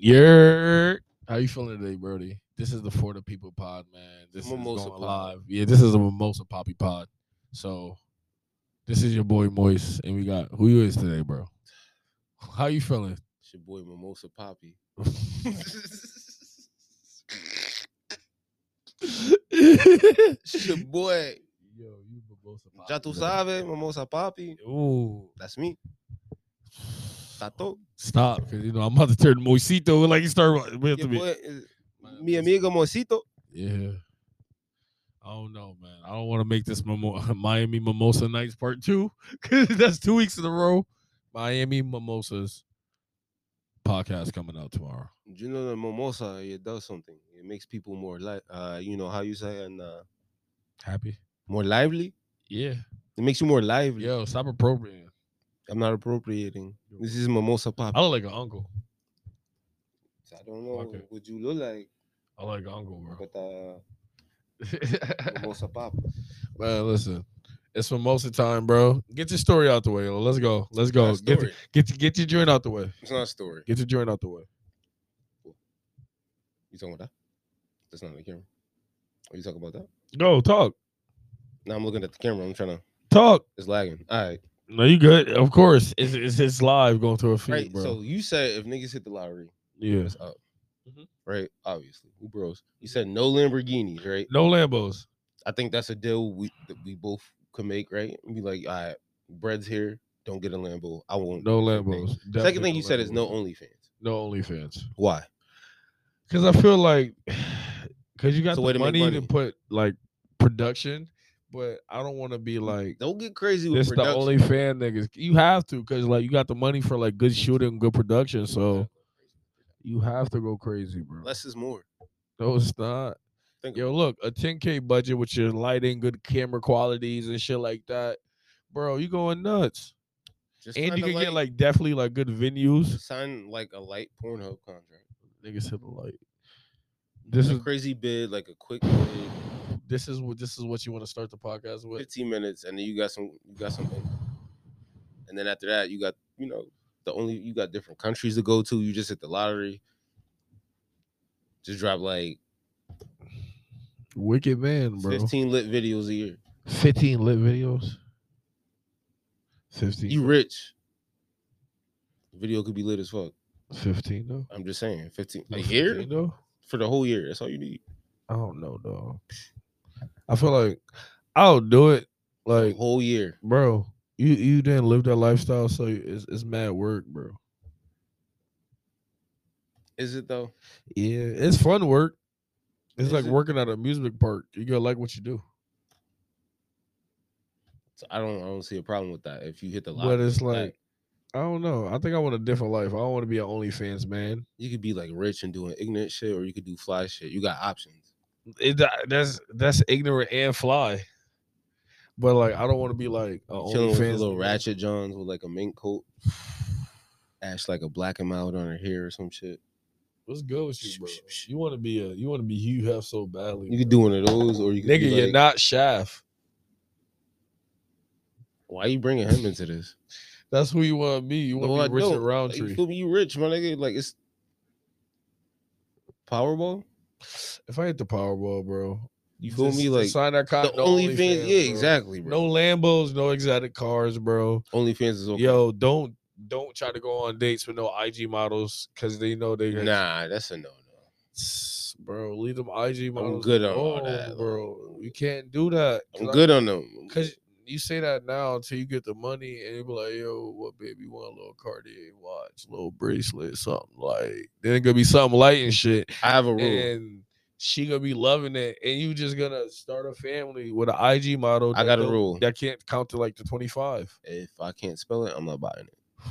You're how you feeling today, Brody? This is the For the People pod, man. This Mimosa is going pod. live. Yeah, this is a Mimosa Poppy pod. So this is your boy Moist, and we got who you is today, bro. How you feeling? It's your boy Mimosa Poppy. it's your boy. Yo, you Mimosa Poppy. Já tu man. sabe, Mimosa Poppy. Ooh. That's me. Tato. Stop, because you know I'm about to turn Moisito like you start with Your me. boy is mi amigo Mosito. Yeah. I don't know, man. I don't want to make this Mimo- Miami Mimosa Nights part two because that's two weeks in a row. Miami Mimosas podcast coming out tomorrow. You know the mimosa, it does something. It makes people more like uh, you know how you say and uh, Happy? more lively. Yeah. It makes you more lively. Yo, stop appropriating. I'm not appropriating. Yo. This is mimosa I Poppy. look like an uncle. I don't know Okay. what you look like, I look like an uncle, bro. but uh, mimosa Poppy. man, listen. It's mimosa time, bro. Get your story out the way. yo. Let's go. Let's go. Get, the- get, your- get your joint out the way. It's not a story. Get your joint out the way. You talking about that? That's not the camera. Are you talking about that? Go, talk. No, I'm looking at the camera. I'm trying to. Talk. It's lagging. All right. No, you good. Of course. It's, it's, it's live going through a feed, right. bro. So you said if niggas hit the lottery, yeah. it's up. Mhm. Right. Obviously. We bros. You said no Lamborghinis, right? No Lambos. I think that's a deal we that we both can make, right? And be like, all right, bread's here. Don't get a Lambo. I won't. No Second thing- Lambos. Second Definitely thing you said is no Lambos. OnlyFans. no OnlyFans. Why? Because I feel like because you got It's a way the to make money, to money. put like production, but I don't want to be like Don't get crazy with this. The production. only fan niggas you have to because like you got the money for like good shooting, and good production, so you have to go crazy, bro. less is more. No, it's not. Think Yo, look, a 10k budget with your lighting, good camera qualities, and shit like that, bro. You going nuts, Just and sign you a can get light- like definitely like good venues. sign like a light Pornhub contract. Niggas hit the light. This a is crazy bid, like a quick bid, this is what this is what you want to start the podcast with. 15 minutes, and then you got some you got something. And then after that, you got, you know, the only you got different countries to go to. You just hit the lottery. Just drop like Wicked man, bro. 15, 15 lit videos a year. lit videos. Fifteen. You rich. Video could be lit as fuck. Fifteen though. I'm just saying, 15 No, a year 15 though. for the whole year. That's all you need. I don't know though. I feel like I'll do it. Like Like, whole year. bro, you you didn't live that lifestyle, so it's it's mad work, bro. Is it though? Yeah, it's fun work. It's Is like it? working at an amusement park. You gotta like what you do, So I don't I don't see a problem with that. If you hit the lottery, but it's like that, like I don't know. I think I want a different life. I don't want to be an OnlyFans man. you could be like rich and doing ignorant shit, or you could do fly shit. You got options. it, that- that's that's ignorant and fly. But like, I don't want to be like a Chilling with a OnlyFans little nigga. ratchet johns with like a mink coat, ash like a black and mild on her hair or some shit. What's good with you, bro? You want to be a you want to be Hugh Hef so badly. You could do bro. one of those, or you could nigga. be you're like- not Shaft. Why you bringing him into this? That's who you want to be. You want No, to I be Richard don't. Like, you Roundtree. feel me? You rich, my nigga. Like it's Powerball. If I hit the Powerball, bro, You feel just- me? just Like sign that the contract. OnlyFans. yeah, exactly, bro. No Lambos, no exotic cars, bro. OnlyFans is okay. Yo, don't don't try to go on dates with no IG models because they know they nah, that's a no no. bro. Leave them IG models. good on all alone, that, like- bro. You can't do that. I'm good on them. because you say that now until you get the money and you be like, yo, what baby you want a little Cartier watch, little bracelet, something like. Then it gonna be something light and shit, I have a rule. and she gonna be loving it, and you just gonna start a family with an IG model. I that got a don't- rule. that can't count to like the twenty five. If I can't spell it, I'm not buying it.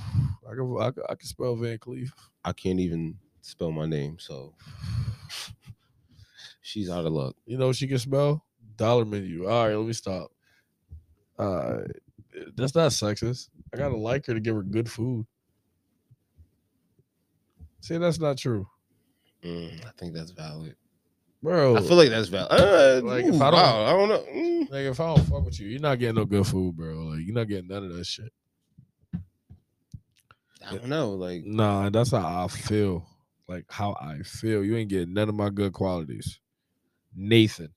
I can, I can I can spell Van Cleef. I can't even spell my name, so she's out of luck. You know what she can spell? Dollar menu. All right, let me stop. Uh, that's not sexist. I gotta like her to give her good food. See, that's not true, Mm, I think that's valid. bro. I feel like that's valid. Uh, Oh. Like, like, if I I, don't- don't, I don't know. Mm. like if I don't fuck with you, you're not getting no good food, bro. Like you're not getting none of that shit. I don't know. Like, Nah, that's how I feel. like how I feel. You ain't getting none of my good qualities. Nathan.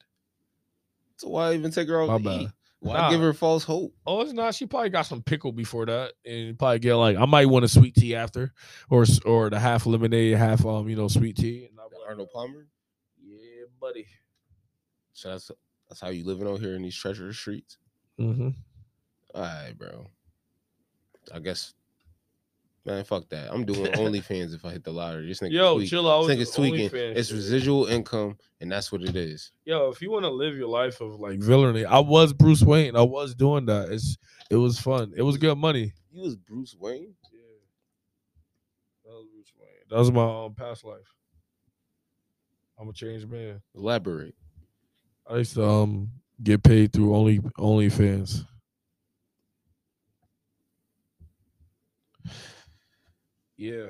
So why even take her out? My to bad. eat? Why Nah. give her false hope? Oh, it's not. She probably got some pickle before that, and probably get like I might want a sweet tea after, or s- or the half lemonade, half um you know sweet tea. And I'm The like, Arnold Palmer. Yeah, buddy. So that's that's how you living out here in these treacherous streets. Mm-hmm. All right, bro. I guess. Man, fuck that. I'm doing OnlyFans if I hit the lottery. This nigga Yo, tweak. chill out. This with nigga's the tweaking. OnlyFans It's shit. residual income, and that's what it is. Yo, if you want to live your life of like villainy, I was Bruce Wayne. I was doing that. It's it was fun. It was good money. You was Bruce Wayne. Yeah, that was Bruce Wayne. That was my um, past life. I'm a changed man. Elaborate. I used to um get paid through only OnlyFans. Yeah.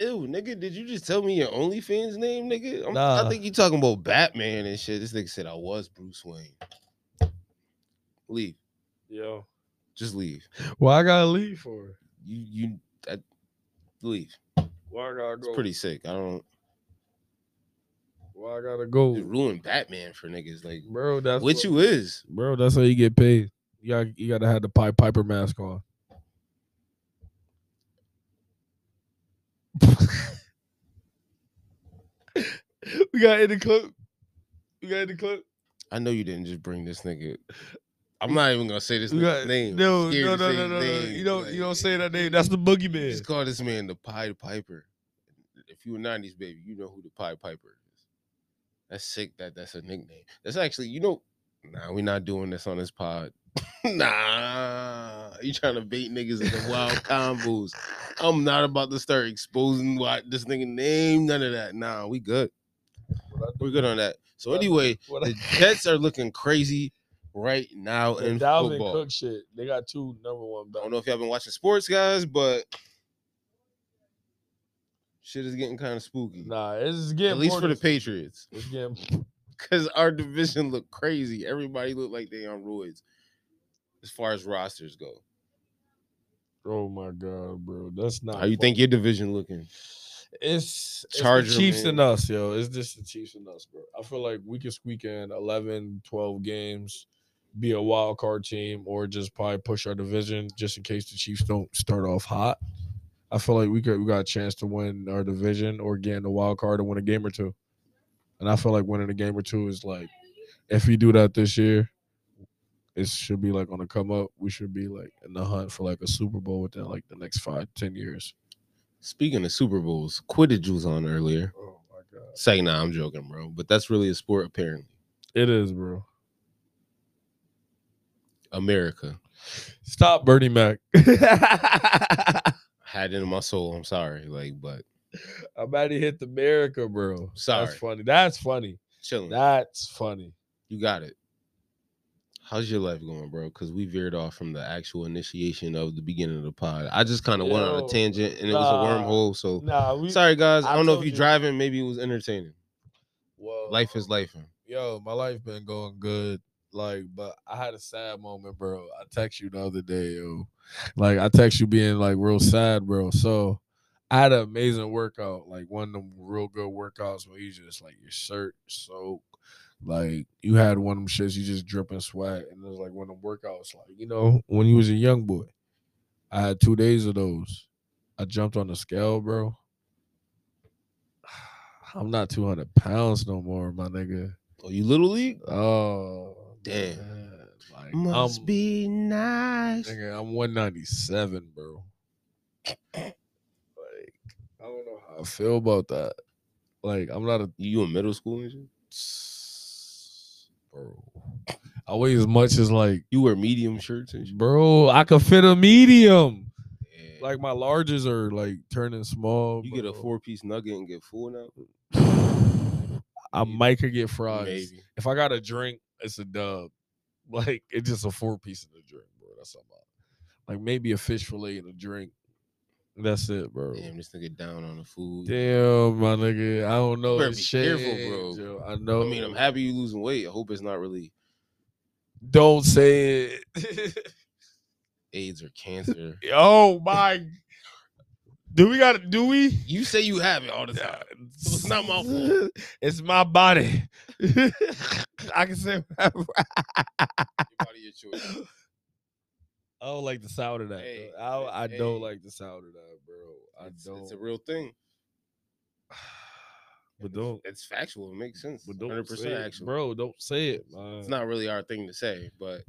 Ew, nigga, did you just tell me your OnlyFans name, nigga? I'm, I Nah. think you talking about Batman and shit. This nigga said I was Bruce Wayne. Leave. Yo. Just leave. Well, I gotta leave for. You you I, leave. Why I gotta It's go? pretty sick. I don't Why I gotta go, you ruin Batman for niggas. Like bro? That's what what- you is. bro. That's how you get paid. You got you gotta have the Pied Piper mask on. we got in the clip. We got in the clip. I know you didn't just bring this nigga. I'm not even gonna say this You nigga's got- name. I'm No, scared no, no, to say no, his no, no. name, You don't, you like, don't say that name. That's the boogeyman. Just call this man the Pied Piper. If you were '90s baby, you know who the Pied Piper is. That's sick. That that's a nickname. That's actually, you know, nah, we're not doing this on this pod. nah, you trying to bait niggas in the wild combos. I'm not about to start exposing why this nigga name. None of that. Nah, we good. We're good on that. So What I- anyway, What the Jets are looking crazy right now the in Dalvin football. Cook shit. They got two number one I back. don't know if y'all been watching sports, guys, but shit is getting kind of spooky. Nah, it's getting At least more for the than- Patriots, It's getting because our division looked crazy. Everybody looked like they on roids, as far as rosters go. Oh my god, bro, that's not. How you think your division looking? It's, it's Charger, the Chiefs man. and us, yo. It's just the Chiefs and us, bro. I feel like we can squeak in 11, 12 games, be a wild card team, or just probably push our division just in case the Chiefs don't start off hot. I feel like we could we got a chance to win our division or get in the wild card and win a game or two. And I feel like winning a game or two is like if we do that this year, it should be like on the come up. We should be like in the hunt for like a Super Bowl within like the next five, ten years. Speaking of Super Bowls, Quidditch was on earlier. Oh my god. Say, nah, I'm joking, bro. But that's really a sport, apparently. It is, bro. America Stop Bernie Mac. had it in my soul. I'm sorry, like, but I might have hit the America, bro. Sorry. That's funny. That's funny. chilling. That's funny. You got it. How's your life going, bro? Because we veered off from the actual initiation of the beginning of the pod. I just kind of went on Yo, a tangent and it nah, was a wormhole. So Nah, we sorry, guys. I, I don't know if told you're you. driving. Maybe it was entertaining. Well, Life is life. Yo, my life been going good. Like, but I had a sad moment, bro. I text you the other day, yo. Like, I text you being like real sad, bro. So I had an amazing workout, like one of them real good workouts where you just like your shirt soaked. Like you had one of them shits, you just dripping sweat, and it was like one of them workouts, like you know, when you was a young boy. I had two days of those. I jumped on the scale, bro. I'm not 200 pounds no more, my nigga. Oh, you little league? Oh Damn. man, Like, Must I'm, be nice. Um, nigga, I'm 197, bro. Like, I don't know how I feel about that. Like, I'm not a You in middle school and shit? bro. I weigh as much as like, You wear medium shirts and shit? bro. I could fit a medium. Yeah. Like my larges are like turning small. you get a bro. four piece nugget and get full now? I might could get fries. Maybe. If I got a drink, it's a dub. Like it's just a four piece of the drink, bro. That's all. about. Like maybe a fish fillet and a drink. That's it, bro. Damn, this nigga down on the food. Damn, my nigga. I don't know. better this be shit, careful, bro. yo. I I know. mean, I'm happy you losing weight. I hope it's not really Don't say it. AIDS or cancer. oh my. Do we got to do we? You say you have it all the time. it's not my fault. It's my body. I can say whatever. Your body, your choice. I don't like the sound of that. Hey, though. I, I don't hey. like the sound of that, bro. I It's, don't. it's a real thing. but It's- don't. It's factual. It makes sense. But don't Hundred say percent it, actual. bro. Don't say it. man. It's not really our thing to say, but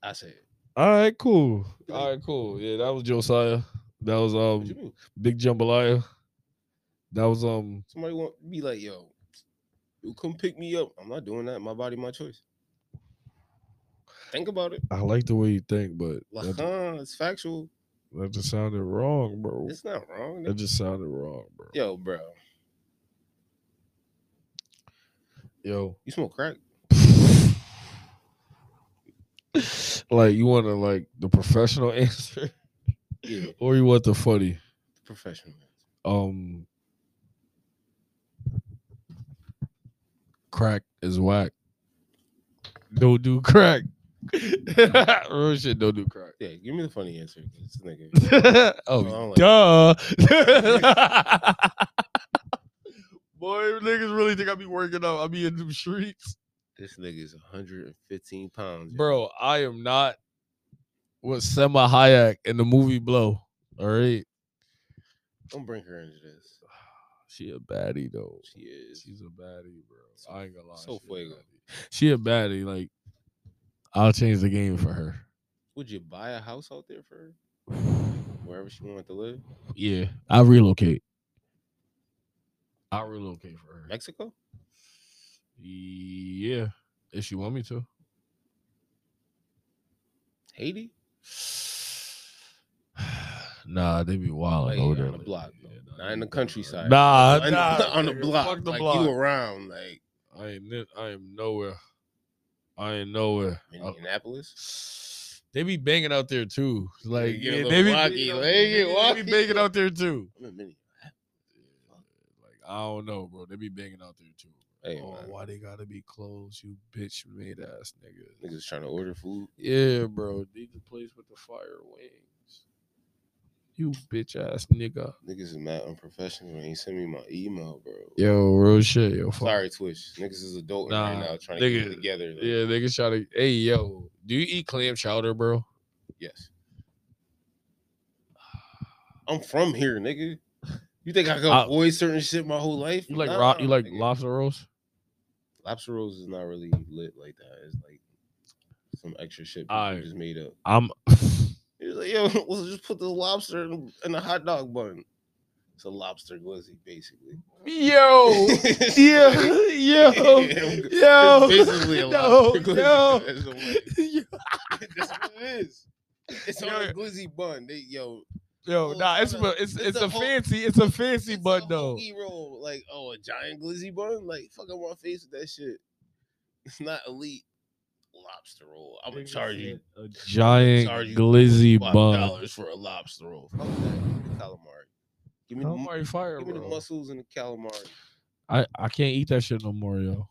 I say it. All right, cool. All right, cool. Yeah, that was Josiah. That was What you um mean? Big Jambalaya. That was um Somebody want be like, yo, you come pick me up. I'm not doing that. My body, my choice. Think about it. I like the way you think, but that, ju- Huh, it's factual. that just sounded wrong, bro. It's not wrong. That just sounded wrong, bro. Yo, bro, Yo. you smoke crack? like you want to like the professional answer Yeah, or you want the funny? professional. Um crack is whack. Don't do crack. Real shit, don't do crack. Yeah, give me the funny answer. 'cause This nigga. oh, duh. don't Boy, niggas really think I be working out. I be in the streets. This nigga is 115 pounds, yo. Bro, I am not with Sema Hayek in the movie Blow. All right. Don't bring her into this. She a baddie, though. She is. She's a baddie, bro. So- I ain't gonna lie. so she a fuego. baddie. She a baddie. Like, I'll change the game for her. Would you buy a house out there for her? Wherever she wanted to live? Yeah, I relocate. I relocate for her. Mexico? Yeah, if she want me to. Haiti? Nah, they be wild Like, over on there. the like- block, though. yeah, Not in they be the wild. countryside. Nah, on, Uh, nah, on the nigga, block. Fuck the like, block. You around, like I ain't, ni- I am nowhere. I ain't nowhere. I- Indianapolis? they be banging out there too. Like get yeah, a little they be walkie, banging out they there. Nigga, get they be walkie. banging out there too. I'm in Minneapolis. Like I don't know, bro. They be banging out there too. Hey, oh, man. why they gotta be closed? You bitch made ass nigga. Niggas trying to order food. Yeah, bro. Need the place with the fire wings. You bitch ass nigga. Niggas is mad unprofessional. Ain't send me my email, bro. Yo, real shit. Yo, fuck. Sorry, Twitch. Niggas is adult right Nah, now trying to get nigga, it together. like, Yeah, niggas try to. Hey, yo, do you eat clam chowder, bro? Yes. I'm from here, nigga. You think I I- can avoid certain shit my whole life? You like nah, ro- you like nigga. lobster rolls? lobster rolls is not really lit like that. It's like some extra shit people Aight. just made up. I'm. He's like, yo, let's just put the lobster in, in a hot dog bun. It's a lobster glizzy, basically. yo, It's yeah, like- yo, It's Oh. yo. It's basically no, a lobster glizzy. no. That's, the way. That's what it is. It's on a Yo. glizzy bun. They, yo, Yo, Well, nah, it's it's not a- a- it's it's it's a a whole- fancy it's a fancy It's bun a though. hoagie roll. Like, oh, a giant glizzy bun? Like, fuck up my face with that shit. It's not elite lobster roll. I'm gonna charge you a giant charge you glizzy five bun. dollars for a lobster roll. Fuck that. Give me the calamari. Give me, the, mu- Calamari fire, give me the bro. mussels and the calamari. I I can't eat that shit no more, yo.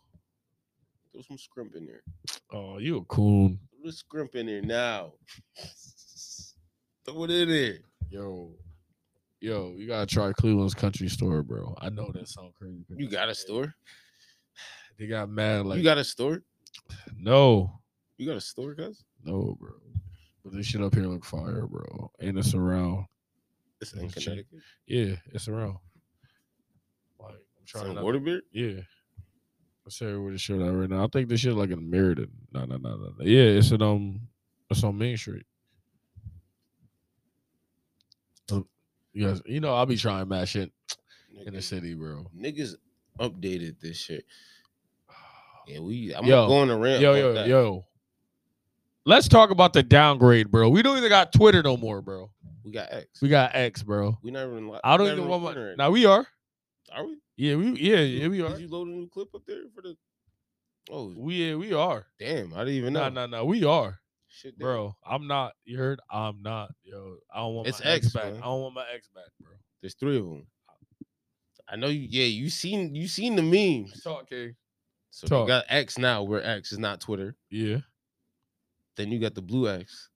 Throw some scrimp in there. Oh, you a coon, Throw the scrimp in there now. Throw it in there. yo. Yo, you gotta try Cleveland's Country Store, bro. I know that sounds crazy. You got a store? They got mad like you got a store? no, You got a store, cuz? no, bro. But this shit up here look fire, bro. And it's around. It's in Shit. Connecticut. Yeah, it's around. Like I'm It's in trying to Waterbury? Yeah. I say where the shit at right now. I think this shit like in Meriden. No, no, no, no. no. Yeah, it's in um it's on Main Street. So, You guys, you know, I'll be trying mad shit in the Nigga. city, bro. niggas updated this shit. Yeah, we. I'm Yo, going around. Yo, yo, yo. Let's talk about the downgrade, bro. We don't even got Twitter no more, bro. We got X. We got X, bro. We not even. li- I we don't not even even want recording my right now we are. now. Are we? Yeah, we yeah, yeah, we are. Did you load a new clip up there for the? Oh We yeah, we are. damn! I didn't even know. No, no, no, we are. Shit, damn. Bro, I'm not. You heard? I'm not. Yo, I don't want It's my ex, X, back. man. I don't want my ex back, bro. There's three of them. I know you. Yeah, you seen you seen the memes. Talk, King. So Talk. you got X now, where X is not Twitter. Yeah. Then you got the blue X.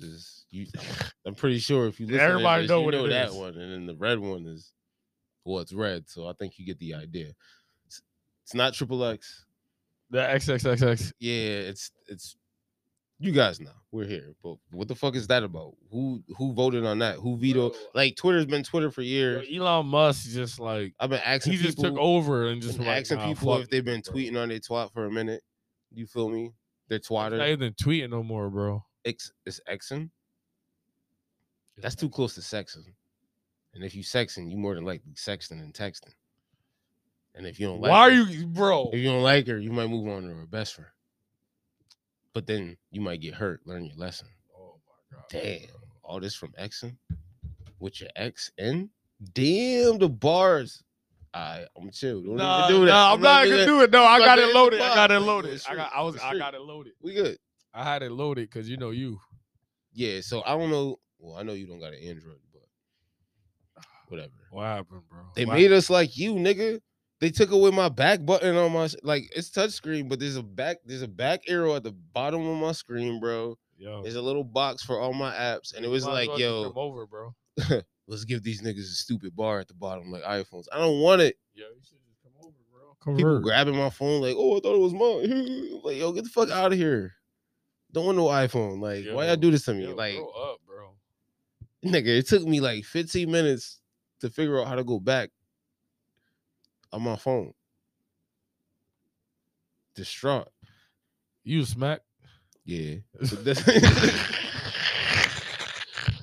Just You, I'm pretty sure if you listen Everybody to this, know you what know it that is. one, and then the red one is well, it's red, so I think you get the idea. It's, it's not triple X. The XXXX. Yeah, it's it's you guys know we're here, but what the fuck is that about? Who who voted on that? Who vetoed? Bro. Like Twitter's been Twitter for Yo, years. Elon Musk just like I've been asking he just people, took over and just been like, asking nah, people fuck if they've been bro. tweeting on their twat for a minute. You feel me? Their It's Not twatter, even tweeting no more, bro. X is Xing. That's too close to sexing. And if you sexing, you more than likely sexting and texting. And if you don't like Why are her- you, bro? if you don't like her, you might move on to her best friend. But then you might get hurt, learn your lesson. Oh my god! Damn, all this from exing with your ex in? Damn the bars. I I'm chill. Don't Nah, even do that. nah, I'm not even gonna do it. No, I not got gonna it hit the loaded. I box. got it It's loaded. I true. got. I was. It's I true. got it loaded. We good. I had it loaded because you know you. Yeah, so I don't know. Well, I know you don't got an Android, but whatever. What happened, bro? They What made us like you, nigga. They took away my back button on my sh- like it's touchscreen, but there's a back there's a back arrow at the bottom of my screen, bro. happened? Yo, There's a little box for all my apps, and it was Oh. might as well like, just yo, come over, bro. let's give these niggas a stupid bar at the bottom like iPhones. I don't want it. Yo, you should just come over, bro. People grabbing my phone like, oh, I thought it was mine. like, yo, get the fuck out of here. Don't want no iPhone. Like, why y'all Yo, do this to me? Yo, like, grow up, bro. Nigga, it took me like 15 minutes to figure out how to go back on my phone. Distraught. You smack. Yeah. But that's, that's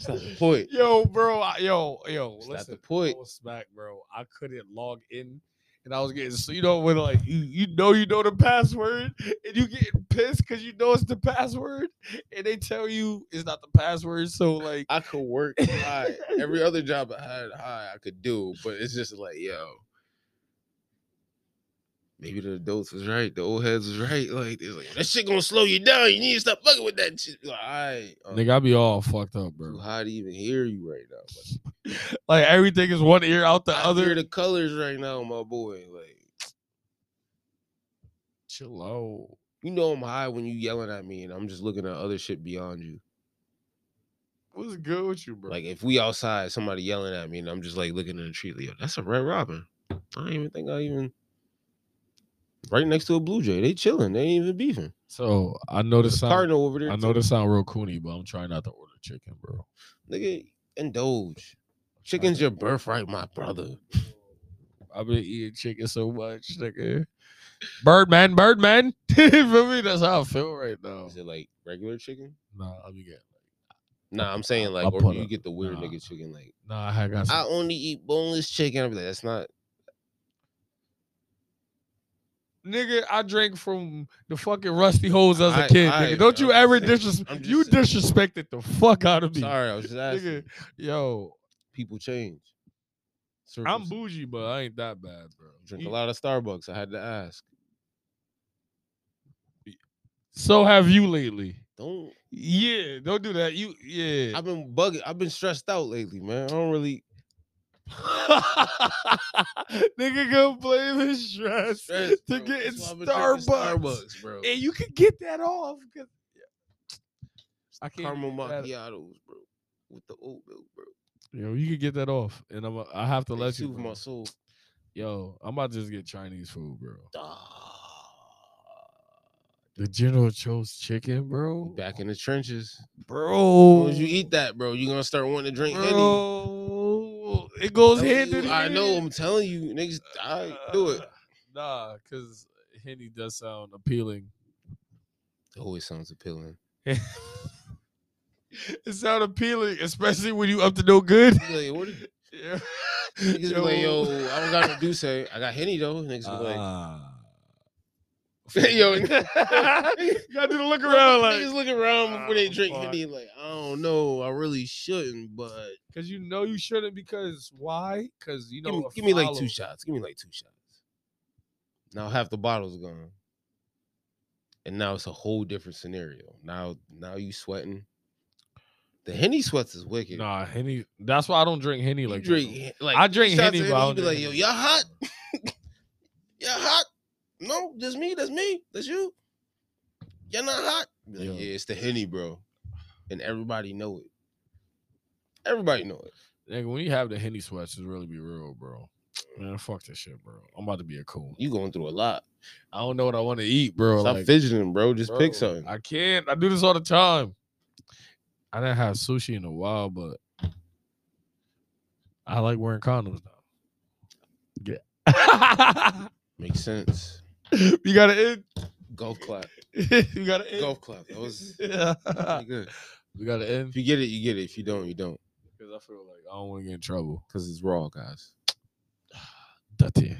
not the point. Yo, bro, I, yo, yo, It's not listen. the point. I was smack, bro. I couldn't log in, and I was getting so you know when like you, you know you know the password, and you getting pissed because you know it's the password, and they tell you it's not the password. So like, I could work high. Every other job I had high, I could do, but it's just like, yo. Maybe the adults is right. The old heads is right. Like, it's like that shit gonna slow you down. You need to stop fucking with that shit. Like, all right. um, nigga, I be all fucked up, too bro. high to even hear you right now. Like, Like everything is one ear out the I other. hear the colors right now, my boy. Like Chill out. you know I'm high when you yelling at me and I'm just looking at other shit beyond you. What's good with you, bro? Like if we outside, somebody yelling at me and I'm just like looking in the tree, Leo. That's a red robin. I don't even think I even right next to a blue jay. They chilling. They ain't even beefing. so I know this There's a sound. cardinal over there. uh, I know too. this sound real coony, but I'm trying not to order chicken, bro. Nigga, indulge. Chicken's your birthright, my brother. I've been eating chicken so much, nigga. Birdman, Birdman. Feel me? That's how I feel right now. Is it like regular chicken? Nah, I'll be good. Nah, I'm saying like, I'll or put you it- get the weird nah. nigga chicken. Like Nah, I had got I some. only eat boneless chicken. I'm like, that's not nigga, I drank from the fucking rusty holes as a I- kid, I- nigga. Don't you I'm ever just saying- disrespect. I'm You just saying. disrespected the fuck out of me. Sorry, I was just asking. Nigga, yo, People change. I'm Circles- bougie, but I ain't that bad, bro. drink You- a lot of Starbucks. I had to ask. So have you lately? Don't. Yeah, don't do that. You yeah. I've been bugging. I've been stressed out lately, man. I don't really. nigga go blame his stress Stress, to bro. get in That's why I've been drinking Starbucks. Starbucks, bro. And you can get that off. 'cause- I can't Caramel get that- macchiatos, bro, with the oat milk, bro. Yo, you can get that off. And I'm a- I have to They let you soothe bro. my soul. Yo, I'm about to just get Chinese food, bro. Ah. The General chose chicken, bro. Back in the trenches. bro. Once you eat that, bro, you're gonna start wanting to drink any. bro. It goes Telling hand in you, hand. I know. I'm telling you, niggas, I do it. Uh, Nah, because Henny does sound appealing. It always sounds appealing. it sound appealing, especially when you up to no good. Like, what is- Yeah. Niggas be like, yo, I don't got no do say. I got Henny though. Niggas be like, yo, you niggas gotta do the look around, like, niggas look around before they "Ah, drink fuck." Henny. Like, I don't know, I really shouldn't, but because you know you shouldn't. Because why? Because you know, give, me, a give me like follow- two shots. Give me like two shots. Now half the bottle's gone, and now it's a whole different scenario. Now, now you sweating. The Henny sweats is wicked. Nah, Henny. That's why I don't drink Henny You like that, drink, though. Hen- like I three drink shots Henny, of but I you don't be drink like, yo, Henny. y'all hot, y'all hot. No, that's me, that's me, that's you. You're not hot. Be like, Yo. yeah, it's the henny, bro, and everybody know it. Everybody know it. Nigga, when you have the henny sweats, it's really be real, bro. Man, fuck this shit, bro. I'm about to be a coon. You going through a lot. I don't know what I want to eat, bro. Stop Like, fidgeting, bro. Just pick bro, something. I can't. I do this all the time. I didn't have sushi in a while, but I like wearing condoms now. Yeah. Makes sense. you gotta Golf clap. end. you gotta end. Golf clap. That was Yeah. pretty good. we gotta end If you get it, you get it. If you don't, you don't. because I feel like I don't want to get in trouble. Because it's raw, guys. Dirty.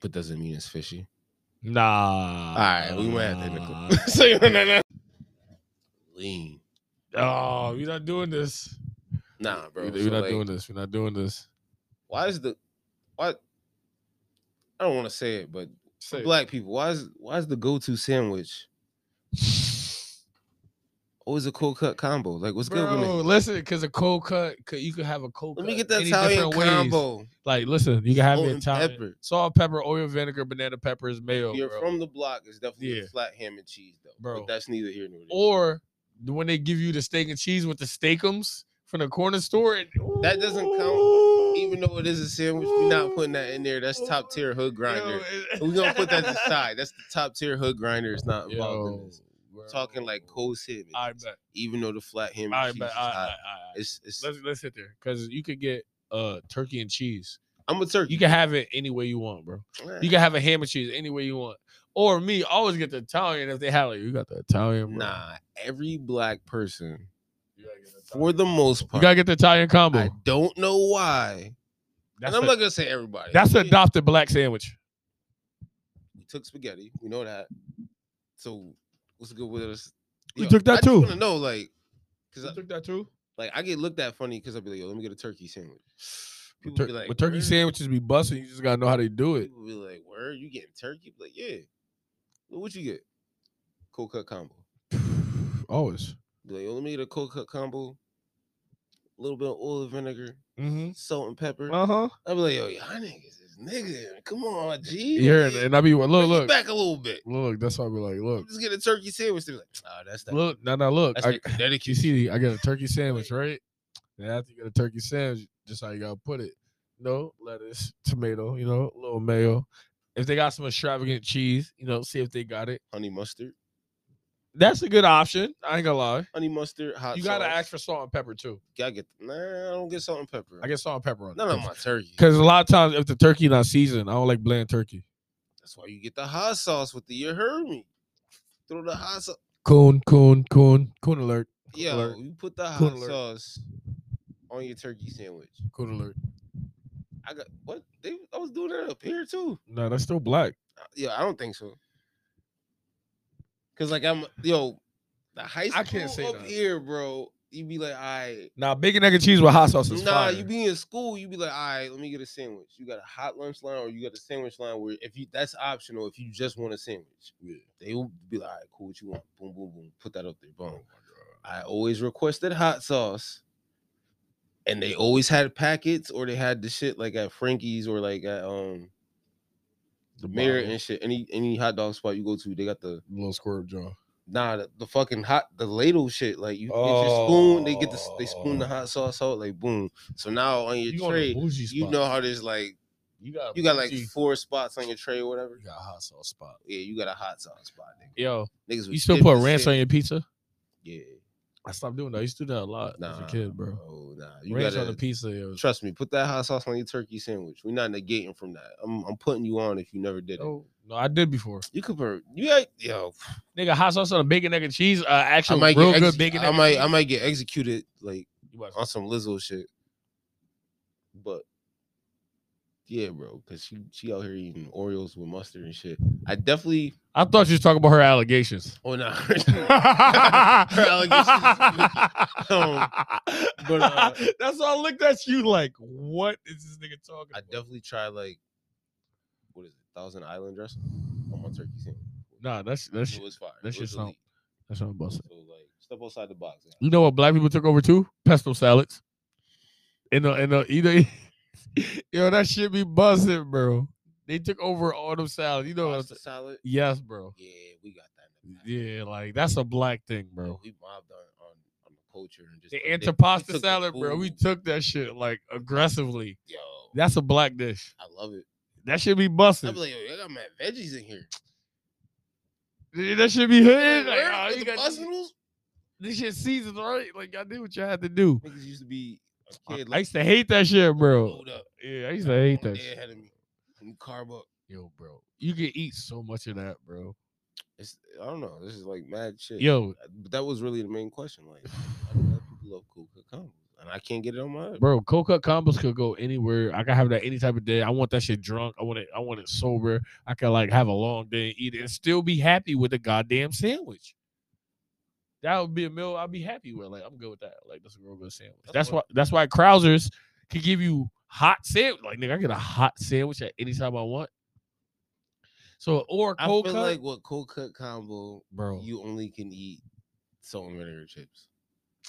But doesn't mean it's fishy. Nah. All right, we might have to end the Nah. clip. Say no, no, no. Lean. Oh, we're not doing this. Nah, bro. We- so, we're not like, doing this. We're not doing this. Why is the why? I don't want to say it, but Say it. black people, why is why is the go-to sandwich always a cold cut combo? Like, what's Bro, good with it? listen, because a cold cut, 'cause you could have a cold Let cut. me get that many Italian different ways. combo. Like, listen, you can have Salt it and Italian. pepper. Salt, pepper, oil, vinegar, banana peppers, mayo, If You're bro. from the block. It's definitely Yeah. flat ham and cheese, though. Bro. But that's neither here nor there. or when they give you the steak and cheese with the steakums from the corner store. And, That doesn't count, Ooh. even though it is a sandwich, we're not putting that in there. That's top tier hood grinder. Yo, We're gonna put that aside. That's the top tier hood grinder. It's not involved in Yo, this. We're talking like cold sandwich, I bet. even though the flat ham I and cheese bet. is I, I, hot. I, I. It's, it's, Let's let's hit there because you could get uh turkey and cheese. I'm a turkey. You can have it any way you want, bro. Nah. You can have a ham and cheese any way you want. Or me, I always get the Italian if they have it. You got the Italian, bro. Nah, every black person, You gotta get the for Italian. the most You part, gotta get the Italian combo. I don't know why. that's and I'm a- not gonna say everybody. that's we, an adopted black sandwich. we took spaghetti. We know that. So what's good with us? We took that I just too. wanna know, like, cause I, took that too. like I get looked at funny because I'll be like, yo, let me get a turkey sandwich. People Tur- be like, but turkey "Word?" sandwiches be busting. You just gotta know how they do it. People be like, where you getting turkey? Be Like, yeah. Well, what you get? Cold cut combo. Always. Be like, yo, let me get a cold cut combo. A little bit of oil and vinegar, Mm-hmm. salt and pepper. Uh huh. I'd be like, yo, y'all niggas is nigga. Come on, G. Yeah, like, and, and I be look, bring it look, back a little bit. look. That's why I be like, I'm look, just get a turkey sandwich. They be like, ah, that's that. look. Now, now, look. that's I, that Connecticut You see, I got a turkey sandwich, right? And after you get a turkey sandwich, just how you gotta put it. You know, lettuce, tomato, you know, a little mayo. If they got some extravagant cheese, you know, see if they got it. honey mustard, That's a good option. I ain't gonna lie. honey mustard, hot. You gotta sauce. ask for salt and pepper too. Gotta get. Nah, I don't get salt and pepper. I get salt and pepper on none of my turkey. Because a lot of times, if the turkey not seasoned, I don't like bland turkey. That's why you get the hot sauce with the. You heard me. Throw the hot sauce. Coon, coon, coon, coon alert, Yeah, alert. you put the Cool hot alert. sauce on your turkey sandwich. coon alert. I got what they. I was doing that up here too. No, that's still black. Uh, Yeah, I don't think so. Cause like I'm yo, the high school I can't say up that. here, bro. You be like, all right. Now, bacon, egg, and cheese with hot sauce is Nah, fire. you be in school, you be like, all right, let me get a sandwich. You got a hot lunch line or you got a sandwich line where if you that's optional if you just want a sandwich. Yeah. They will be like, all right, cool, what you want? Boom, boom, boom. Put that up there. Oh Boom. I always requested hot sauce. And they always had packets or they had the shit like at Frankie's or like at um the Mirror bottle, and shit. Any any hot dog spot you go to, they got the little squirt jaw. Nah, the, the fucking hot, the ladle shit. Like you get your spoon, they get the s- they spoon the Oh. hot sauce out, like boom. So now on your You on a tray, bougie you spot. know how there's like You got you got like four spots on your tray, or whatever. You got a hot sauce spot. Yeah, you got a hot sauce spot, nigga. Yo, Niggas you would still dip put the ranch shit- on your pizza? Yeah, I stopped doing that. I used to do that a lot nah, as a kid, bro. Nah, you ranch gotta on the pizza. Yo. trust me. Put that hot sauce on your turkey sandwich. We're not negating from that. I'm I'm putting you on if you never did it. No, Oh, no, I did before. You could put you got yo. Nigga, hot sauce on a bacon, egg, and cheese. Uh, I actually, might real get good ex- bacon. I egg, and might cheese. I might get executed like You watch- on some Lizzo shit. But yeah, bro, because she she out here eating Oreos with mustard and shit. I definitely I thought you was talking about her allegations. oh no, allegations. Um, but, uh, that's why I looked at you like, what is this nigga talking? I about? definitely try like what is it, Thousand Island dressing on my turkey sandwich. Nah, that's that's it was fire. that It shit was sound- elite. that's what I'm busting. So like step outside the box. guys. You know what black people took over too? Pesto salads. And the and the either yo that shit be busting, bro. They took over all them salads. You know what I'm Pasta saying? salad. Yes, bro. Yeah, we got that. In the back. Yeah, like that's a black thing, Yo, bro. we mobbed on on, on the culture and just The put it- we took antipasta the salad, bro. We food. took that shit like aggressively. yo, That's a black dish. I love it. That should be I'd busted. be like, yo, I got mad veggies in here. that should be hitting. Like, Where? oh, With you the got- pasta noodles? this shit seasoned right. Like y'all did what y'all had to do. Niggas used to be a I, kid. I like, used to hate that shit, bro. load up. Yeah, I used to hate One that. day Shit. ahead of me. Let me carb up. Yo, bro, you can eat so much of that, bro. It's, I don't know. This is like mad shit. Yo, But that was really the main question. Like, I do that people love cool cucumbers, and I can't get it on my. own. bro, cold cut combos could go anywhere. I can have that any type of day. I want that shit drunk. I want it. I want it sober. I can like have a long day and eat it and still be happy with a goddamn sandwich. That would be a meal I'd be happy with. Like I'm good with that. Like that's a real good sandwich. That's That's why. what- That's why Krausers can give you hot sandwich. Like nigga, I get a hot sandwich at any time I want. So or I cold feel cut, like what cold cut combo, bro. you only can eat salt and vinegar chips.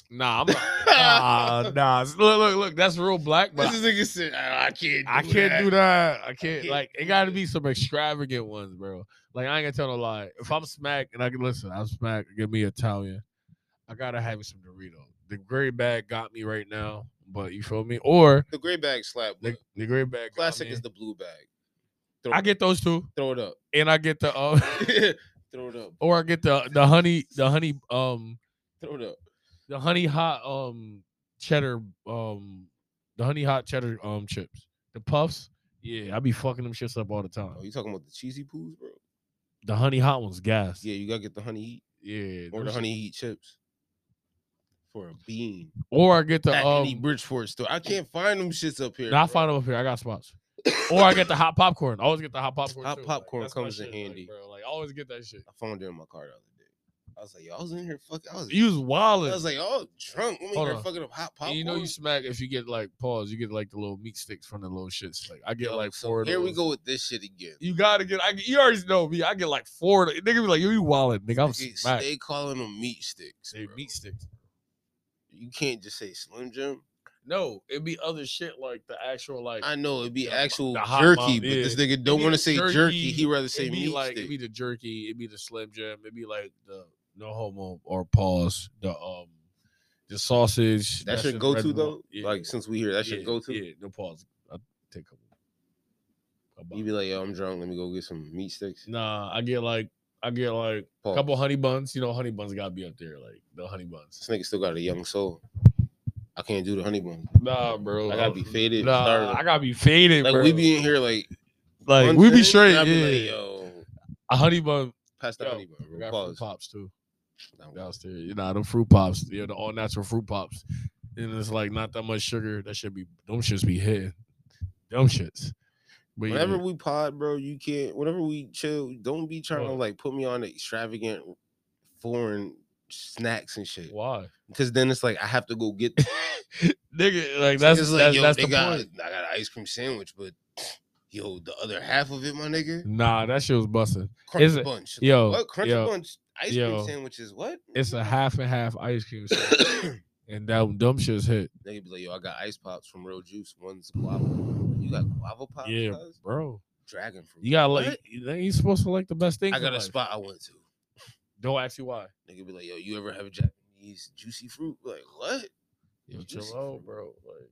Nah, I'm not. Nah, nah. Look, look, look. That's real black, but This is nigga said, I I can't. I can't do that. I can't. can't Like, it do got to that. be some extravagant ones, bro. Like, I ain't gonna tell no lie. If I'm smacked and I can listen, I'm smacked. Give me Italian. I gotta have me some Dorito. The gray bag got me right now, but you feel me? Or The gray bag slap. the, but the gray bag. got Classic me. is the blue bag. Throw, I get those two, throw it up. and I get the um, throw it up. or I get the the honey, the honey um, Throw it up. the honey hot um cheddar um, the honey hot cheddar um chips, the puffs. Yeah, I be fucking them shits up all the time. Oh, you talking about the cheesy poos, bro? The honey hot ones, gas. Yeah, you gotta get the honey heat Yeah, or them the shit- honey heat chips for a bean. Or I get the At any um. Bridgeport store, I can't find them shits up here. Nah, I bro. find them up here. I got spots. Or I get the hot popcorn. I always get the hot popcorn. Hot too. popcorn that's my comes in shit, like, handy. bro. Like I always get that shit. I phoned it in my car the other day. I was like, yo, I was in here fucking. I was, You was I wildin'. was like, all drunk. I'm in Hold here on. fucking up hot And popcorn. you know you smack if you get like pause. You get like the little meat sticks from the little shits. Like I get Yo, like so four. of Here we those. go with this shit again. You gotta get. I, you already know me. I get like four. of the- Nigga be like, yo, you wildin', nigga. I'm Nigga, smacked. They calling them meat sticks. They bro. meat sticks. You can't just say Slim Jim. No, it'd be other shit like the actual like. I know it'd be The- actual the hot jerky, mom, but this yeah. nigga don't be want the to say jerky. jerky, He'd rather say it'd be meat like stick. it'd be the jerky, it'd be the slim jim, it'd be like the no homo or pause, the um the sausage. That's your just go red to and though. white. Yeah, Like since we here, that's your yeah, go to. Yeah, no pause. I'll take a couple. You be like, yo, I'm drunk. Let me go get some meat sticks. nah, I get like I get like a Pause. couple honey buns. You know, honey buns gotta be up there, like the honey buns. This nigga still got a young soul. I can't do the honey bun. Nah, bro. I gotta be faded. Nah, starving. I gotta be faded, like bro. we be in here like like one we be thing, straight. and I be like, yeah. yo, a honey bun. pass the Yo, honey bun. I Bro. got fruit Pause. pops too. Nah, bro. downstairs. You know, them fruit pops, you know, the all natural fruit pops. And it's like not that much sugar. That should be them shits be hitting. Them shits. But Whenever yeah, we pod, bro, you can't. Whenever we chill, don't be trying to What? like put me on extravagant foreign snacks and shit. why? Because then it's like I have to go get. Nigga, like that's it's that's, yo, that's they the got, point. I got an ice cream sandwich, but yo, the other half of it, my nigga, Nah, that shit was busting. crunch Is it- bunch. Like, yo, what crunch yo, bunch ice yo. cream sandwiches? What? It's a half and half ice cream sandwich, Nigga and that dumb shit's hit. be like, yo, I got ice pops from Real Juice. One's guava. You got guava pops? Yeah, cuz? bro. dragon fruit. You gotta What? like you, you supposed to like the best thing. I got a spot I went to. Don't ask you why. Nigga be like, yo, you ever have a Japanese juicy fruit? Like what? Yo, You chill just- out, bro. Like,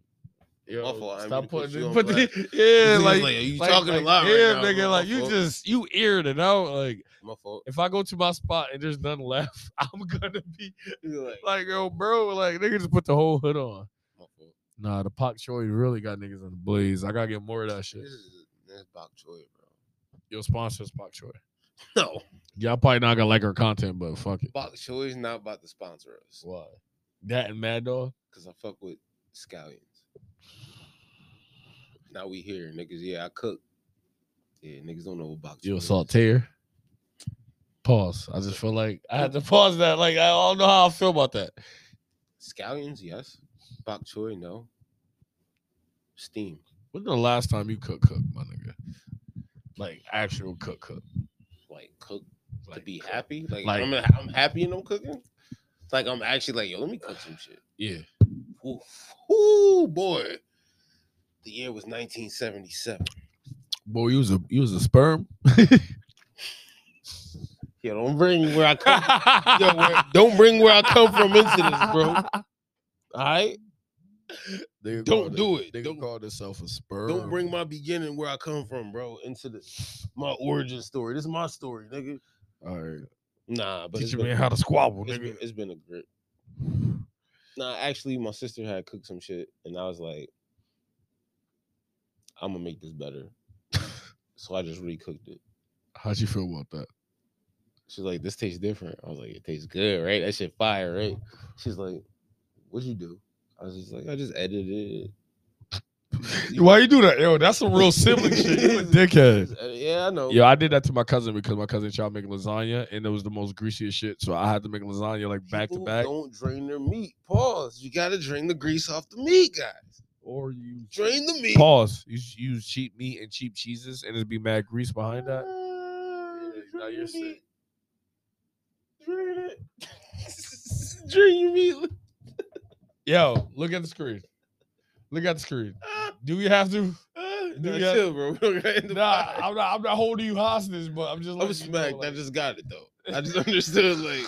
yo, My fault, I didn't mean stop to put putting you it, on put blast. the, yeah, Niggas like, yo, you like- talking like, a lot right yeah, now, nigga, bro. My like you fault. just you eared it out. Like, my fault. if I go to my spot and there's none left, I'm gonna be Nigga, Like, like, yo, bro, like nigga just put the whole hood on. my fault. Nah, the Pak Choi really got niggas in the blaze. I gotta get more of that shit. This is this is bok choy, bro. Yo, sponsors Pak Choi. No, Y'all probably not gonna like our content, but fuck it. bok choy is not about to sponsor us Why? That and Mad Dog. because I fuck with scallions. Now we here, niggas. Yeah, I cook. Yeah, niggas don't know what bok choy. Yo, is. saltier. Pause. I just feel like I had to pause that. Like I don't know how I feel about that. Scallions, yes. Bok choy, no. Steam. When's the last time you cook cook, my nigga? Like actual cook cook. Like cook Like, to be cook. happy. Like, Like- I'm, I'm happy and I'm cooking. Like I'm actually like, yo, let me cook some shit. Yeah. Ooh, ooh, boy. The year was 1977. Boy, you was a you was a sperm. Yo, don't bring where I come. yo, where, don't bring where I come from into this, bro. All right, Nigga Don't called do it- it. Nigga Don't- called himself a spur. don't bring my beginning where I come from, bro, into the my origin story. This is my story, nigga. All right. Nah, but it's Teach a been- man how to squabble, it's been, nigga. it's been a grip. Nah, actually, my sister had cooked some shit, and I was like, "I'm gonna make this better." so I just recooked it. How'd you feel about that? She's like, "This tastes different." I was like, "It tastes good, right? That shit fire, right?" Mm-hmm. She's like, "What'd you do?" I was just like, "I just edited it." Why you do that? Yo, that's some real sibling shit. You a dickhead. Just edit- Yeah, I know. Yo, I did that to my cousin because my cousin tried making lasagna and it was the most greasiest shit. So I had to make lasagna like back to People back. Don't drain their meat. Pause. You gotta drain the grease off the meat, guys. Or you Drain the meat. pause. You s- use cheap meat and cheap cheeses and it'd be mad grease behind that. Uh, now you're sick. Drain it. Drain your meat. Yo, look at the screen. Look at the screen. Ah, Do we have to? ah, Do nah, ya- chill, bro. We don't gotta end the Nah, pod. I'm not. I'm not holding you hostage, but I'm just. I letting was you know, smacked. I like- just got it though. I just understood. Like,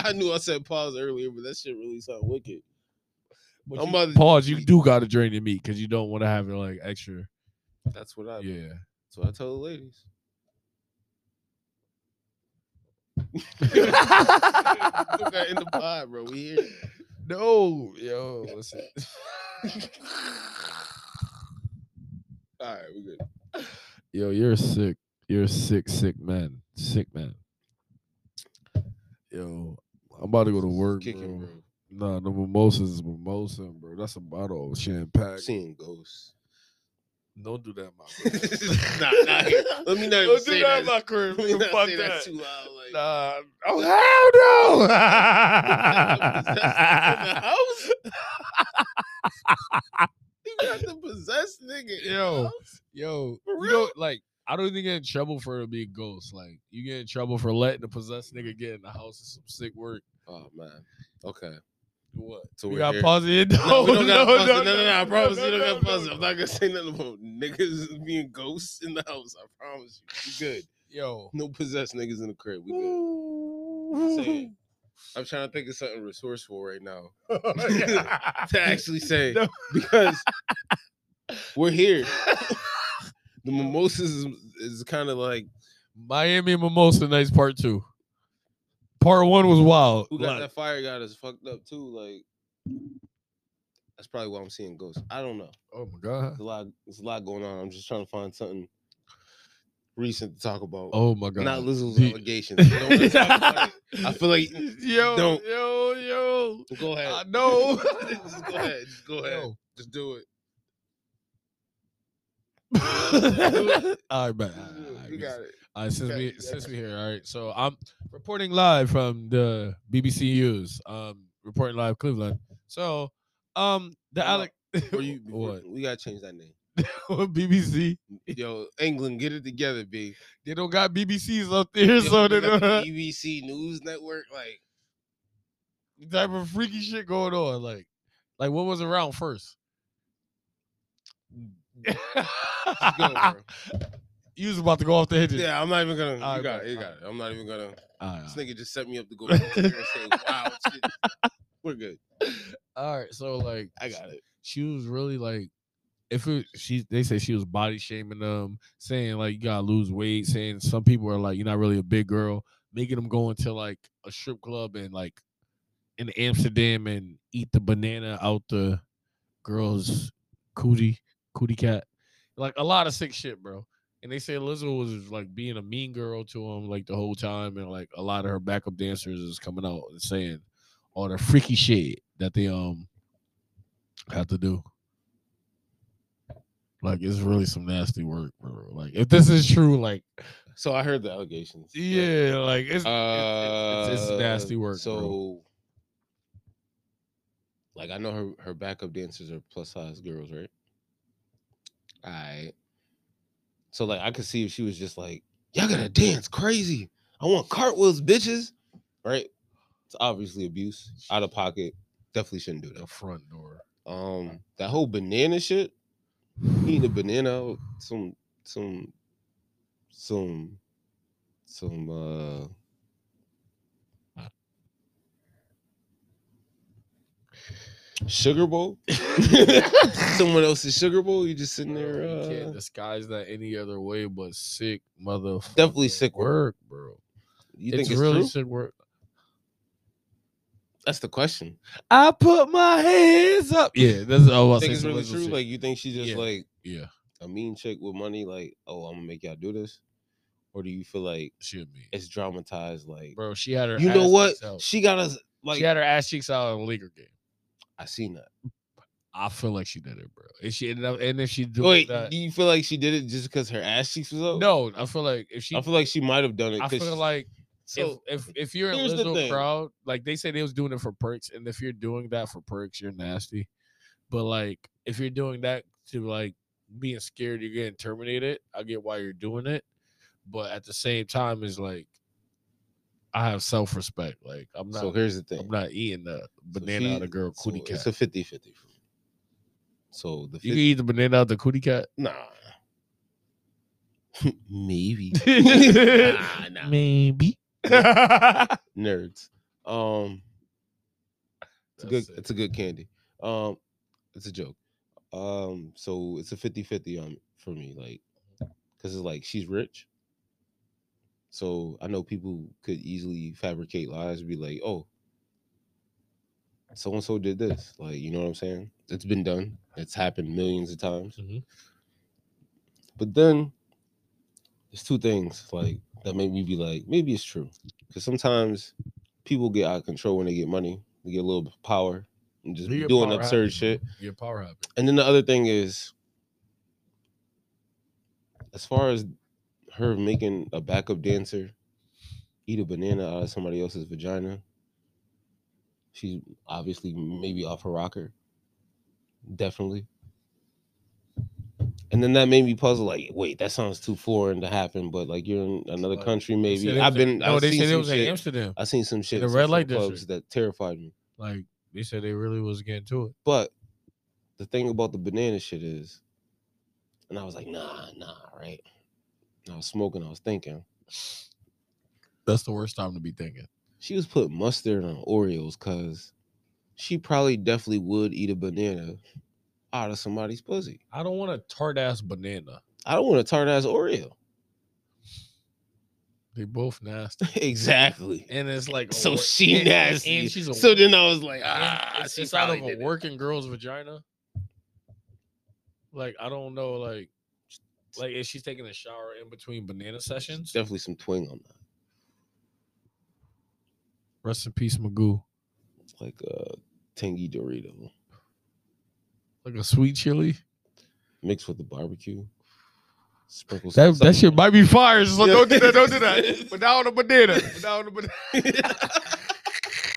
I knew I said pause earlier, but that shit really sounded wicked. But I'm you- about to- pause. You do gotta drain your meat because you don't want to have it like extra. That's what I. Yeah. That's what I told the ladies. We don't gotta end the pod, bro. We here. no, yo, listen. All right, we good. yo, you're a sick. You're a sick, sick man. Sick man. Yo, I'm about to go to work, Kicking, bro. bro. Nah, the mimosas is mimosa, bro. That's a bottle of champagne. Seeing ghosts. Don't do that, in my nah, crib. nah. Let me not even Don't say do that, that. in my crib. Let me not Fuck say that. that's too loud. Like, Nah. Oh hell no! oh, the house? you got the possessed nigga. in the Yo. house? Yo, For you know, real? like I don't even get in trouble for being ghost. Like you get in trouble for letting a possessed nigga get in the house is some sick work. Oh man. Okay. What? So We we're got here. pause it. No, No, we no, don't gotta pause it. no, no, no, no, I promise you don't no, gotta pause it. no, I'm not gonna say nothing about niggas being ghosts in the house. I promise you. We good. Yo. No possessed niggas in the crib. We good. Say it. I'm trying to think of something resourceful right now to actually say No. because we're here. The mimosas is, is kind of like Miami Mimosa Nights Part Two. Part one was wild. who got Like, that fire god is fucked up too. Like that's probably why I'm seeing ghosts. I don't know. oh my god. There's a lot. There's a lot going on. I'm just trying to find something recent to talk about. Oh my god. Not Lizzo's Do you- allegations. I don't wanna talk about it. I feel like yo, don't. yo, yo. go ahead. I know. just go ahead. Just go ahead. Yo. Just do it. All right, man. Just do All it. right, You got it. All right, Uh, since Okay, we yeah. since we here, all right. So I'm reporting live from the BBC News. Um, reporting live Cleveland. So, um, the Hold Alec up. Before you, before- What? We gotta change that name. BBC. Yo, England, get it together, B. They don't got BBCs up there, Yo, so we they got don't the have BBC News Network. Like, type of freaky shit going on. Like, like what was around first? Mm, just go, bro. you was about to go off the hedges. mm. yeah, I'm not even gonna. Alright, you got bro, it. You got alright. it. I'm not even gonna. All right, This nigga just set me up to go over here and say, "Wow, shit." we're good. all right. So like, I got it." she was really like if it, she they say she was body shaming them, saying like you gotta lose weight, saying some people are like you're not really a big girl, making them go into like a strip club and like in Amsterdam and eat the banana out the girl's cootie cootie cat, like a lot of sick shit, bro. And they say Lizzo was like being a mean girl to him like the whole time, and like a lot of her backup dancers is coming out and saying all the freaky shit that they um have to do. Like it's really some nasty work, bro. Like if this is true, like So I heard the allegations. but- yeah, like it's Uh, it's- it's nasty work, bro. So, like, I know her her backup dancers are plus size girls, right? All right. So, like, I could see if she was just like, "Y'all gotta dance crazy. I want cartwheels, bitches." Right? It's obviously abuse, out of pocket. Definitely shouldn't do the front door. that. Um, that whole banana shit, eating a banana, with some, some, some, some, uh, Uh. Sugar bowl? Someone else's sugar bowl? You just sitting there. Bro, you Uh, can't disguise that any other way but sick mother. definitely sick work. work, bro. You think it's really true? sick work. That's the question. I put my hands up. Yeah, that's all I think say it's some really little true? shit. Like you think she just Yeah. like yeah, a mean chick with money? Like, oh, I'm gonna make y'all do this, or do you feel like should be. it's dramatized? Like, Bro, she had her. you know ass what? cheeks out. She got us. Like, she had her ass cheeks out in the leaguer game. I seen that. I feel like she did it, bro. And she ended up, and if she do Wait, that, do you feel like she did it just because her ass cheeks was up? no, I feel like if she, I feel like she might have done it. I 'cause feel she- like so. if, if if you're in here's the Lizzo thing. crowd, like they say they was doing it for perks, and if you're doing that for perks, you're nasty. But like if you're doing that to like being scared you're getting terminated, I get why you're doing it. But at the same time, it's like I have self respect. Like I'm not so here's the thing. I'm not eating the So banana out she- of girl so cootie cat. It's a 50 50 for me. So the you 50, can eat the banana out the cootie cat. nah. Maybe. nah, nah. Maybe. That's Nerds. Um it's a good it's a good candy. Um it's a joke. Um so it's a 50 50 on for me like cuz it's like she's rich. So I know people could easily fabricate lies and be like, "Oh, so and so did this." Like, you know what I'm saying? It's been done. It's happened millions of times. Mhm. But then there's two things like that make me be like, maybe it's true. Because sometimes people get out of control when they get money, they get a little power and just You're a doing power absurd happy, shit. bro. You're a power happy. And then the other thing is, as far as her making a backup dancer eat a banana out of somebody else's vagina, she's obviously maybe off her rocker. Definitely. And then that made me puzzle. Like, wait, that sounds too foreign to happen. But like, you're in another like- country, They said maybe. it I've was- been. No, I've they seen said it some was in shit. Amsterdam. I seen some shit the in red some light clubs district. that terrified me. Like they said they really was getting to it. But the thing about the banana shit is, and I was like, nah, nah, right? And I was smoking, I was thinking. That's the worst time to be thinking. She was putting mustard on Oreos because she probably definitely would eat a banana out of somebody's pussy. I don't want a tart ass banana. I don't want a tart ass Oreo. They both nasty. exactly. And it's like a so wor- she and- and- nasty. And she's a so wor- then I was like, and ah, it's, she it's out of a probably did it." working girl's vagina. Like I don't know, like like if she's taking a shower in between banana sessions. Definitely some twing on that. Rest in peace, Magoo. Like a tangy Dorito Like a sweet chili. mixed with the barbecue. Sprinkle some That, that something shit might be fire. It's like, Yeah. don't do that, don't do that. But now on the banana. But now on the banana.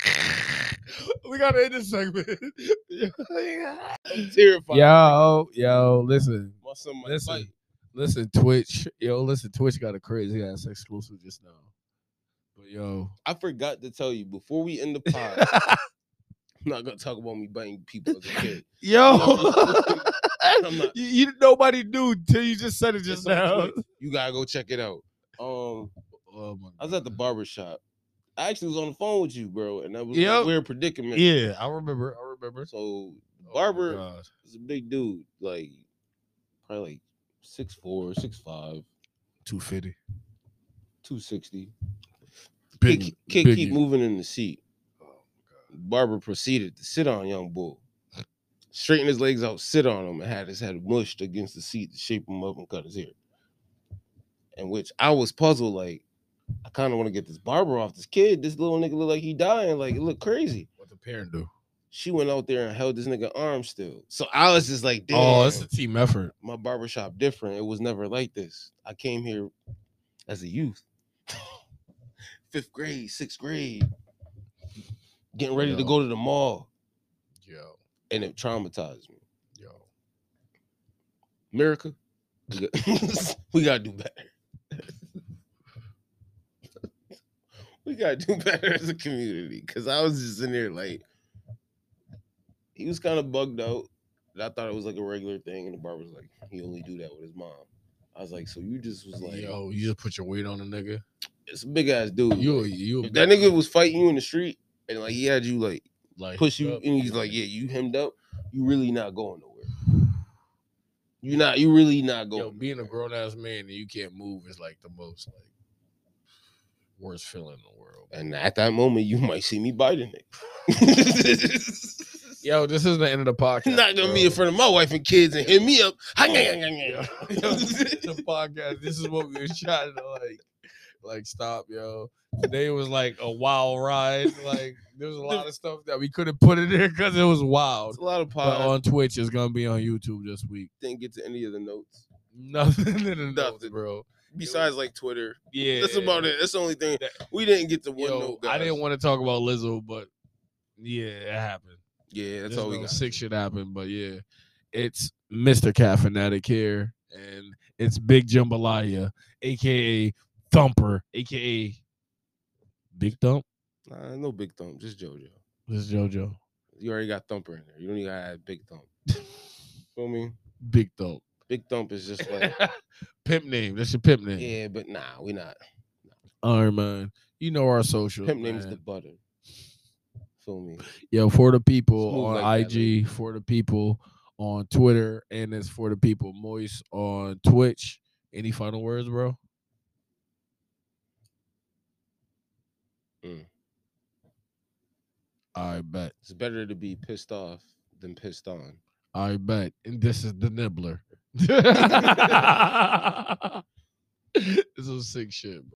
we gotta end this segment. I'm terrified. yo, yo, listen. My son might Listen. bite. Listen, Twitch. Yo, listen, Twitch got a crazy ass exclusive just now. But yo. I forgot to tell you before we end the pod. I'm not gonna talk about me biting people as a kid. Yo. I'm not- you, you- nobody knew till you just said it It's just on now. Twitch. You gotta go check it out. Um, Oh my I was at the barber shop. I actually was on the phone with you, bro, and that was a Yep. weird predicament. Yeah, I remember. I remember. So Oh my barber God. is a big dude, like probably like six four, six five, 250. two sixty. Big, Kid, kid big keep you. moving in the seat. Oh, Barber proceeded to sit on young bull, straighten his legs out, sit on him, and had his head mushed against the seat to shape him up and cut his hair. In which I was puzzled, like, I kind of want to get this barber off this kid. This little nigga look like he dying, like it looked crazy. What the parent do? She went out there and held this nigga arm still. So I was just like, damn, Oh, it's a team effort. my barbershop different. It was never like this. I came here as a youth, fifth grade, sixth grade, getting ready to Yo. go to the mall, Yo, and it traumatized me. yo. America, we got, we gotta do better. we gotta do better as a community. Cause I was just in there like, he was kind of bugged out. And I thought it was like a regular thing, and the barber's like, he only do that with his mom. I was like, so you just was like, yo, you just put your weight on a nigga. it's a big ass dude. You, like, you. if that nigga was fighting you in the street and like he had you like like push you, up. and he's like, "Yeah, you hemmed up. You really not going nowhere. You not. You really not going. Yo, being a nowhere. grown ass man and you can't move is like the most like worst feeling in the world. And at that moment, you might see me biting it. Yo, this is the end of the podcast. not gonna be bro. in front of my wife and kids and hit me up. Yo, the podcast. This is what we were trying to like, like stop, yo. Today was like a wild ride. Like there was a lot of stuff that we couldn't put in there because it was wild. It's a lot of But pod. on Twitch, it's gonna be on YouTube this week. Didn't get to any of the notes Nothing in the notes, Nothing. bro. besides like Twitter. Yeah, That's about it. That's the only thing That- we didn't get to one Yo, note. I guys. didn't want to talk about Lizzo, but yeah, it happened. Yeah, that's There's all we no got. Sick shit happened, but yeah, it's Mr. Cat Fanatic here, and it's Big Jambalaya, aka Thumper, aka Big Thump. Nah, no big thump, just JoJo. This is JoJo. You already got Thumper in there. You don't even gotta add Big Thump. Feel me? Big Thump. Big Thump is just like, pimp name. That's your pimp name. yeah, but nah, we not. All right, man. You know our social. Pimp name's man. the butter. Feel me? Yo, for the people Smooth on like that, IG, for the people on Twitter, and it's for the people Moist on Twitch. Any final words, bro? Mm. I bet. It's better to be pissed off than pissed on. I bet. And this is the nibbler. this is sick shit, bro.